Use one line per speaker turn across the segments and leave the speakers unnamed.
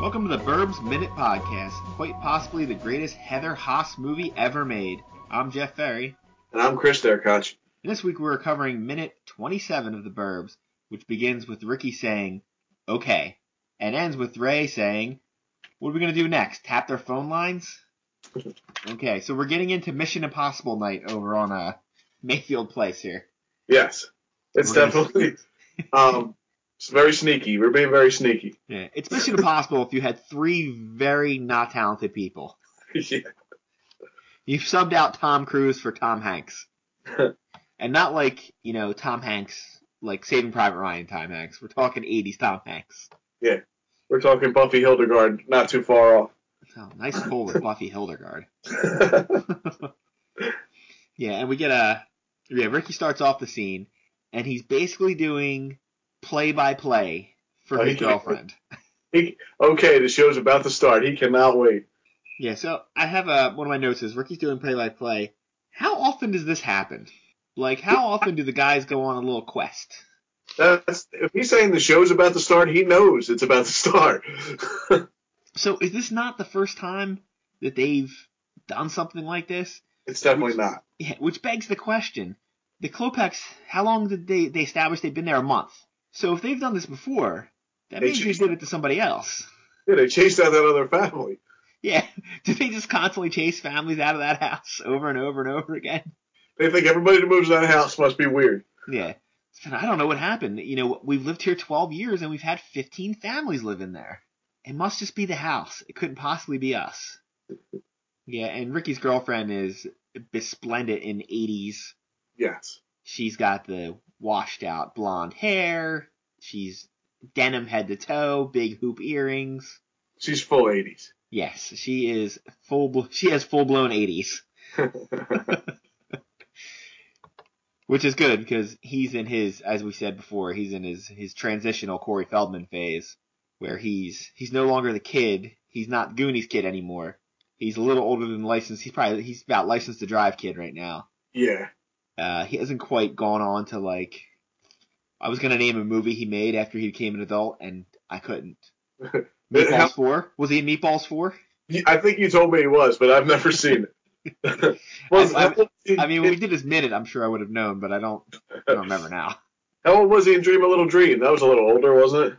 Welcome to the Burbs Minute Podcast, quite possibly the greatest Heather Haas movie ever made. I'm Jeff Ferry,
And I'm Chris there, Coach.
and this week we're covering minute 27 of the Burbs, which begins with Ricky saying, okay, and ends with Ray saying, what are we going to do next? Tap their phone lines? Okay, so we're getting into Mission Impossible night over on uh, Mayfield Place here.
Yes. It's
We're gonna-
definitely um it's very sneaky. We're being very sneaky.
Yeah, it's Mission Impossible if you had three very not talented people.
yeah.
You've subbed out Tom Cruise for Tom Hanks. and not like, you know, Tom Hanks, like Saving Private Ryan Tom Hanks. We're talking 80s Tom Hanks.
We're talking Buffy Hildegard, not too far off.
So, nice pull with Buffy Hildegard.
yeah,
Yeah, and we get a. Yeah, Ricky starts off the scene, and he's basically doing play by play for
Oh,
his
he-
girlfriend.
He, okay, the show's about to start. He cannot wait.
Yeah, so I have a, one of my notes is Ricky's doing play by play. How often does this happen? Like, how often do the guys go on a little quest?
That's if he's saying the show's about to start, he knows it's about to start.
So is this not the first time that they've done something like this?
it's definitely not.
Yeah, which begs the question: the Klopex, how long did they they establish they've been there a month? So if they've done this before, that
They
means they
changed
did it to somebody else.
Yeah, they chased out that other family.
Yeah, do they just constantly chase families out of that house over and over and over again?
They think everybody that moves in that house must be weird.
Yeah. And I don't know what happened. You know, we've lived here 12 years and we've had 15 families live in there. It must just be the house. It couldn't possibly be us. Yeah, and Ricky's girlfriend is besplendid in 80s
Yes.
She's got the washed out blonde hair. She's denim head to toe, big hoop earrings.
She's full eighties.
Yes, she is full. Bl- she has full blown 80s, which is good because he's in his, as we said before, he's in his his transitional Corey Feldman phase, where he's he's no longer the kid. He's not Goonies kid anymore. He's a little older than licensed. He's probably he's about licensed to drive kid right now.
yeah.
uh, he hasn't quite gone on to like. I was gonna name a movie he made after he became an adult, and I couldn't.
It- how-
Meatballs Four was he in Meatballs Four?
You- I think you told me he was, but I've never seen it. was,
I-
how old-
I mean, when we did his minute, I'm sure I would have known, but I don't. I don't remember now.
how old was he in Dream a Little Dream? That was a little older, wasn't it?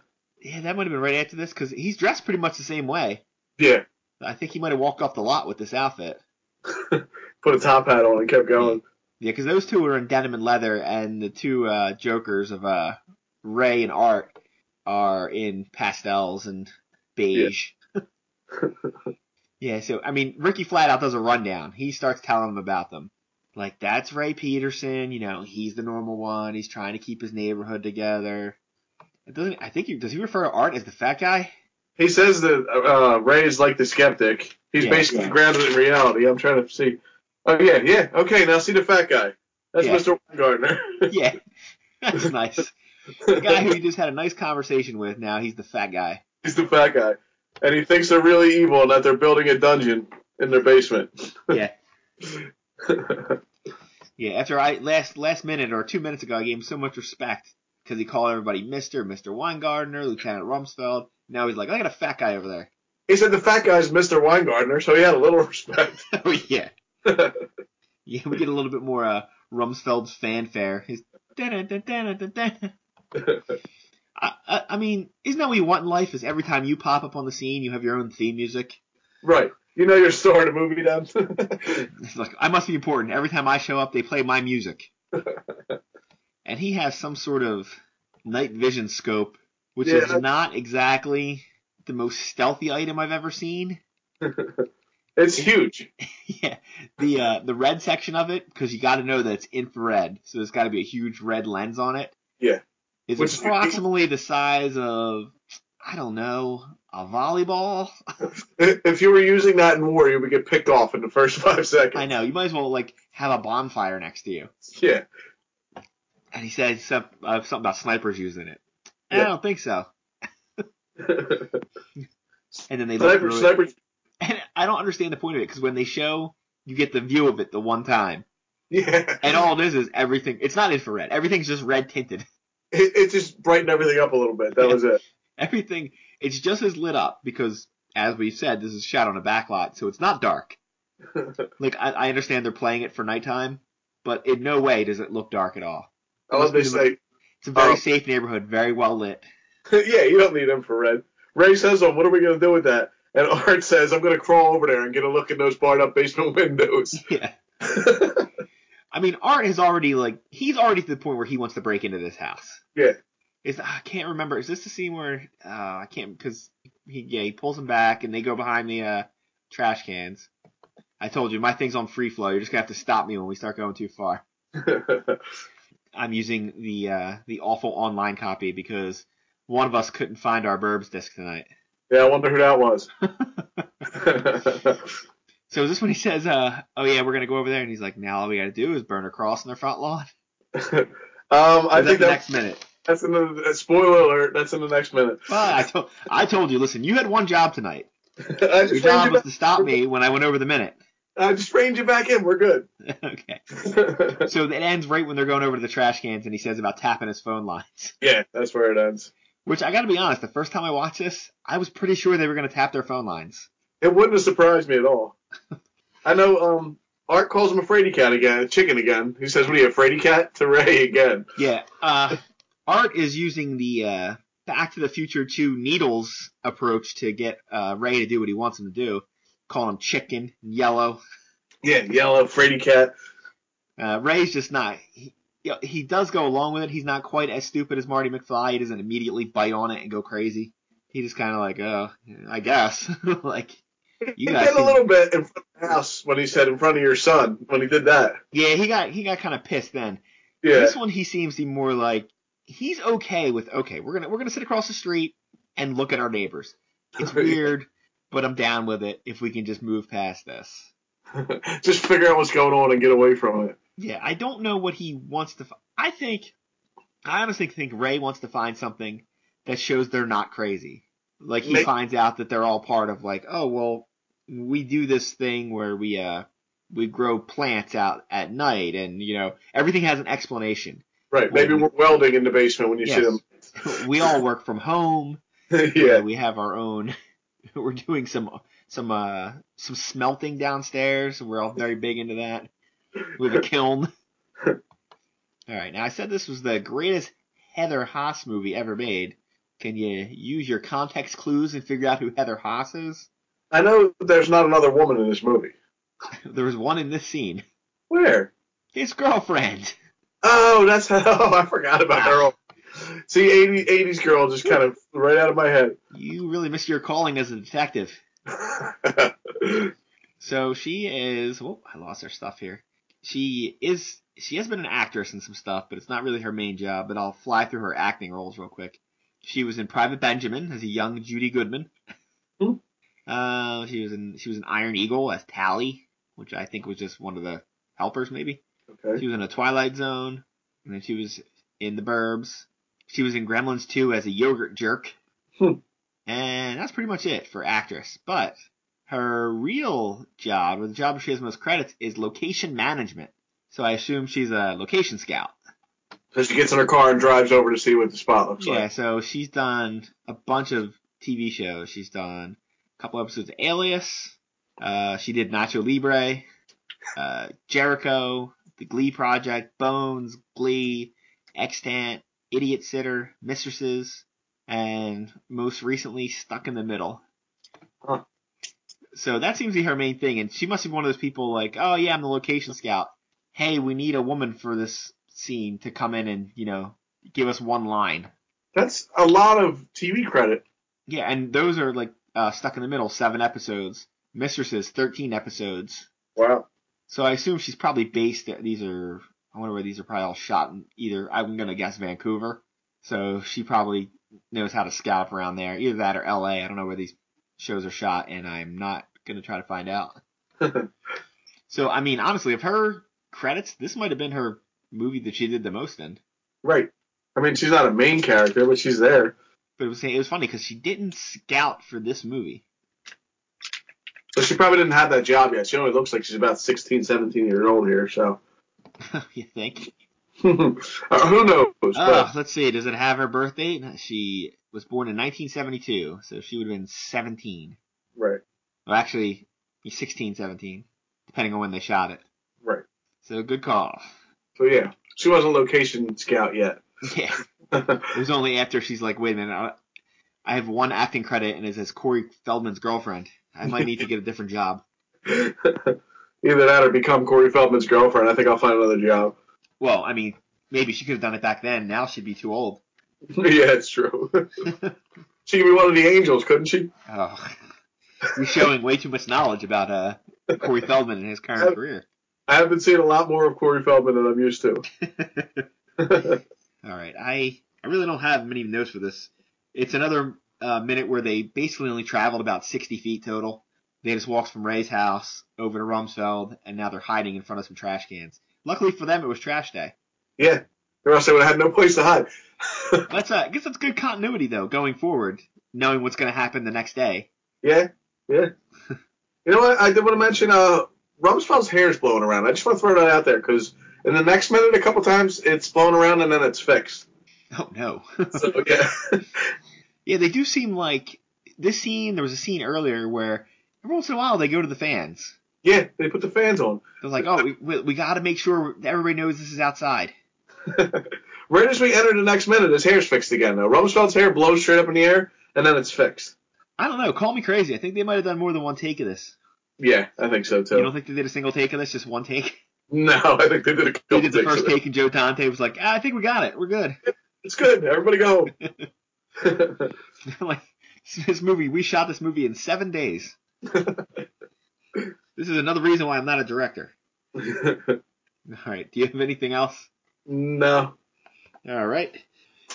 Yeah, that would have been right after this because he's dressed pretty much the same way.
Yeah.
I think he might have walked off the lot with this outfit.
Put a top hat on and kept going.
Yeah, because those two are in denim and leather, and the two uh, jokers of uh, Ray and Art are in pastels and beige. Yeah. so I mean, Ricky flat out does a rundown. He starts telling them about them. Like that's Ray Peterson. You know, he's the normal one. He's trying to keep his neighborhood together. It doesn't. I think he does. He refer to Art as the fat guy.
He says that uh, Ray is like the skeptic. He's
Yeah,
basically
yeah.
grounded in reality. I'm trying to see. Oh, yeah, yeah. Okay, now see the fat guy. That's
Yeah.
Mr. Gardner.
Yeah, that's nice. The guy who you just had a nice conversation with. Now he's the fat guy.
He's the fat guy. And he thinks they're really evil and that they're building a dungeon in their basement.
Yeah. Yeah, after I last last minute or two minutes ago, I gave him so much respect because he called everybody Mister, Mister Weingartner, Lieutenant Rumsfeld. Now he's like, I got a fat guy over there.
he said the fat guy's Mr. Weingartner, so he had a little respect.
oh yeah, yeah. We get a little bit more uh, Rumsfeld's fanfare. His dun-dun-dun-dun-dun-dun. I, I, I mean, isn't that what you want in life? Is every time you pop up on the scene, you have your own theme music?
Right. You know your story to movie then.
It's like I must be important. Every time I show up, they play my music. and he has some sort of night vision scope, which is
Yeah.
not exactly the most stealthy item I've ever seen.
it's huge.
yeah, the uh, the red section of it because you got to know that it's infrared, so there's got to be a huge red lens on it.
Yeah.
is
Which is-
approximately the size of I don't know a volleyball.
I- If you were using that in war, you would get picked off in the first five seconds.
I know you might as well like have a bonfire next to you.
Yeah.
And he said some, uh, something about snipers using it. I
Yeah.
don't think so. And then they look
sniper,
through it.
sniper.
And I don't understand the point of it because when they show, you get the view of it the one time,
Yeah.
and all it is is everything. It's not infrared. Everything's just red tinted.
It, it just brightened everything up a little bit. That was it.
Everything it's just as lit up because, as we said, this is shot on a backlot, so it's not dark. Like I, I understand they're playing it for nighttime, but in no way does it look dark at all.
I love they
Must be
say,
It's a very
Oh.
safe neighborhood, very well lit.
yeah, you don't need infrared. Ray says, oh, what are we going to do with that? And Art says, I'm going to crawl over there and get a look in those barred up basement windows.
Yeah. I mean, Art has already like he's already to the point where he wants to break into this house.
Yeah.
Is I can't remember. Is this the scene where uh, I can't because he yeah he pulls him back and they go behind the uh, trash cans. I told you my thing's on free flow. You're just gonna have to stop me when we start going too far. I'm using the uh, the awful online copy because one of us couldn't find our Burbs disc tonight.
yeah, I wonder who that was. Um,
So is this when he says, uh, "Oh yeah, we're gonna go over there," and he's like, "Now all we gotta do is burn a cross in their front lawn."
um, I
Is that
think
the
that,
next minute.
that's in the uh, spoiler alert. That's in the next minute.
Well, I told I told you. Listen, you had one job tonight.
I
Your
just reined
job
you
was
back.
to stop me when I went over the minute.
I just reined you back in. We're good.
okay. So it ends right when they're going over to the trash cans, and he says about tapping his phone lines.
yeah, that's where it ends.
Which I got to be honest, the first time I watched this, I was pretty sure they were going to tap their phone lines.
It wouldn't have surprised me at all. I know um, Art calls him a fraidy cat again, chicken again. He says, "What are you, a fraidy cat?" To Ray again.
Yeah. Uh, Art is using the uh, Back to the Future 2 needles approach to get uh, Ray to do what he wants him to do, calling him chicken, yellow.
Yeah, yellow fraidy cat.
Uh, Ray's just not. He, you know, he does go along with it. He's not quite as stupid as Marty McFly. He doesn't immediately bite on it and go crazy. He just kind of like, oh, I guess. like,
He
you guys.
did a little bit in front of the house when he said, "In front of your son." When he did that,
Yeah, he got he got kind of pissed then.
yeah,
This one he seems to be more like he's okay with okay, we're gonna we're gonna sit across the street and look at our neighbors. It's weird, but I'm down with it if we can just move past this.
just figure out what's going on and get away from it.
Yeah, I don't know what he wants to. Fi- I think, I honestly think Ray wants to find something that shows they're not crazy. Like he
May-
finds out that they're all part of like, oh well, we do this thing where we uh we grow plants out at night, and you know everything has an explanation.
Right? Maybe
Well,
we're welding in the basement when you see them.
we all work from home.
yeah,
we have our own. We're doing some some uh some smelting downstairs. We're all very big into that. We have a kiln. All right. Now I said this was the greatest Heather Haas movie ever made. Can you use your context clues and figure out who Heather Haas is?
I know there's not another woman in this movie.
There was one in this scene.
Where?
His girlfriend.
Oh, that's how oh, I forgot about her. See, 80, 80s girl just kind of right out of my head.
You really missed your calling as a detective. So she is. Whoop, I lost her stuff here. She is. She has been an actress in some stuff, but it's not really her main job. But I'll fly through her acting roles real quick. She was in Private Benjamin as a young Judy Goodman.
Hmm.
Uh, she was in. She was in Iron Eagle as Tally, which I think was just one of the helpers, maybe.
okay.
She was in a Twilight Zone, and then she was in The Burbs. She was in Gremlins 2 as a yogurt jerk.
Hmm.
And that's pretty much it for actress. But her real job, or the job she has most credits, is location management. So I assume she's a location scout.
So she gets in her car and drives over to see what the spot looks
Yeah,
like.
so she's done a bunch of TV shows. She's done a couple episodes of Alias. Uh, she did Nacho Libre, uh, Jericho, The Glee Project, Bones, Glee, Extant, Idiot Sitter, Mistresses, and most recently Stuck in the Middle.
Huh.
So that seems to be her main thing, and she must be one of those people like, oh yeah, I'm the location scout. Hey, we need a woman for this scene to come in and you know give us one line.
That's a lot of TV credit.
Yeah, and those are like uh, stuck in the middle, seven episodes. Mistresses, thirteen episodes.
Wow.
So I assume she's probably based. At, these are I wonder where these are probably all shot in either. I'm gonna guess Vancouver. So she probably knows how to scalp around there. Either that or L.A. I don't know where these shows are shot, and I'm not gonna try to find out. So I mean, honestly, of her credits, this might have been her movie that she did the most in.
right. I mean, she's not a main character, but she's there.
But it was it was funny because she didn't scout for this movie.
So she probably didn't have that job yet. She only looks like she's about 16, 17 years old here. So
you think?
Uh, Who knows?
Oh,
But
let's see. Does it have her birth date? She was born in 1972, so she would have been 17.
right,
Well, actually, 16, 17, depending on when they shot it.
right.
So good call.
So yeah, she wasn't location scout yet.
Yeah. It was only after she's like, wait a minute, I- I have one acting credit and it's as Corey Feldman's girlfriend. I might need to get a different job.
Either that or become Corey Feldman's girlfriend. I think I'll find another job.
Well, I mean, maybe she could have done it back then. Now she'd be too old.
yeah, it's true. she could be one of the angels, couldn't she?
Oh, you're showing way too much knowledge about uh, Corey Feldman and his current career.
I have been seeing a lot more of Corey Feldman than I'm used to.
All right, I I really don't have many notes for this. It's another uh, minute where they basically only traveled about 60 feet total. They just walked from Ray's house over to Rumsfeld, and now they're hiding in front of some trash cans. Luckily for them, it was trash day.
yeah, or else I would have had no place to hide.
That's uh, I guess that's good continuity though, going forward, knowing what's going to happen the next day.
Yeah, yeah. You know what? I did want to mention uh, Rumsfeld's hair is blowing around. I just want to throw that out there because in the next minute, a couple times, it's blowing around and then it's fixed.
Oh no.
So yeah,
yeah, they do seem like this scene. There was a scene earlier where every once in a while they go to the fans.
yeah, they put the fans on.
They're like, oh, we, we, we got to make sure that everybody knows this is outside.
Right as we enter the next minute, his hair's fixed again. Though Rumsfeld's hair blows straight up in the air and then it's fixed.
I don't know. Call me crazy. I think they might have done more than one take of this.
Yeah, I think so
You
too.
don't think they did a single take of this? Just one take?
No, I think they did a
They
couple
did the
things.
first take, and Joe Dante was like, ah, I think we got it. We're good.
It's good. Everybody go home.
like, this movie, we shot this movie in seven days. this is another reason why I'm not a director. All right. Do you have anything else?
no.
All right.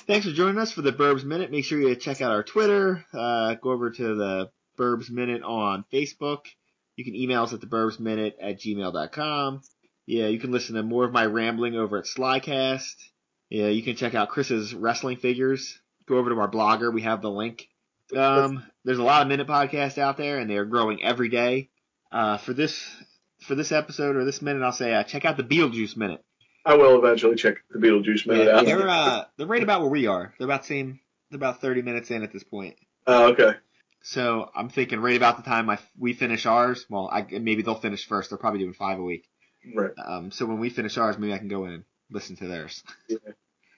Thanks for joining us for the Burbs Minute. Make sure you check out our Twitter. Uh, go over to the Burbs Minute on Facebook. You can email us at theburbsminute at gmail.com. Yeah, you can listen to more of my rambling over at Slycast. Yeah, you can check out Chris's wrestling figures. Go over to our blogger. We have the link. Um, there's a lot of minute podcasts out there, and they are growing every day. Uh, for this for this episode or this minute, I'll say uh, check out the Beetlejuice Minute.
I will eventually check the Beetlejuice minute
Yeah,
out.
they're uh, they're right about where we are. They're about same. They're about thirty minutes in at this point.
Oh, okay.
So I'm thinking right about the time I, we finish ours. Well, I, maybe they'll finish first. They're probably doing five a week.
Right.
Um, so when we finish ours, maybe I can go in and listen to theirs.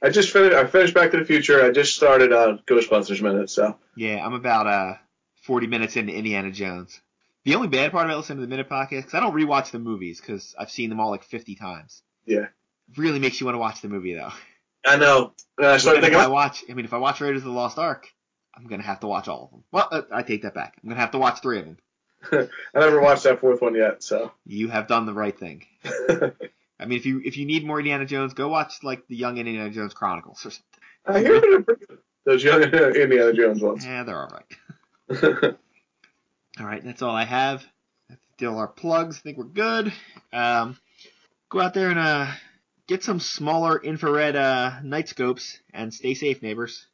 I just finished. I finished Back to the Future. I just started uh, Ghostbusters minute. So
Yeah, I'm about uh forty minutes into Indiana Jones. The only bad part about listening to the minute podcast because I don't rewatch the movies because I've seen them all like fifty times.
Yeah.
Really makes you want to watch the movie though.
I know. And I started
But if
thinking.
I watch, I mean, if I watch Raiders of the Lost Ark, I'm gonna have to watch all of them. Well, uh, I take that back. I'm gonna have to watch three of them.
I never watched that fourth one yet. So
You have done the right thing. I mean, if you if you need more Indiana Jones, go watch like the Young Indiana Jones Chronicles. Or something.
I hear they're pretty good. Those young Indiana Jones ones.
Yeah, they're all right. All right, that's all I have. That's still our plugs. I think we're good. Um, go out there and uh, get some smaller infrared uh, night scopes and stay safe, neighbors.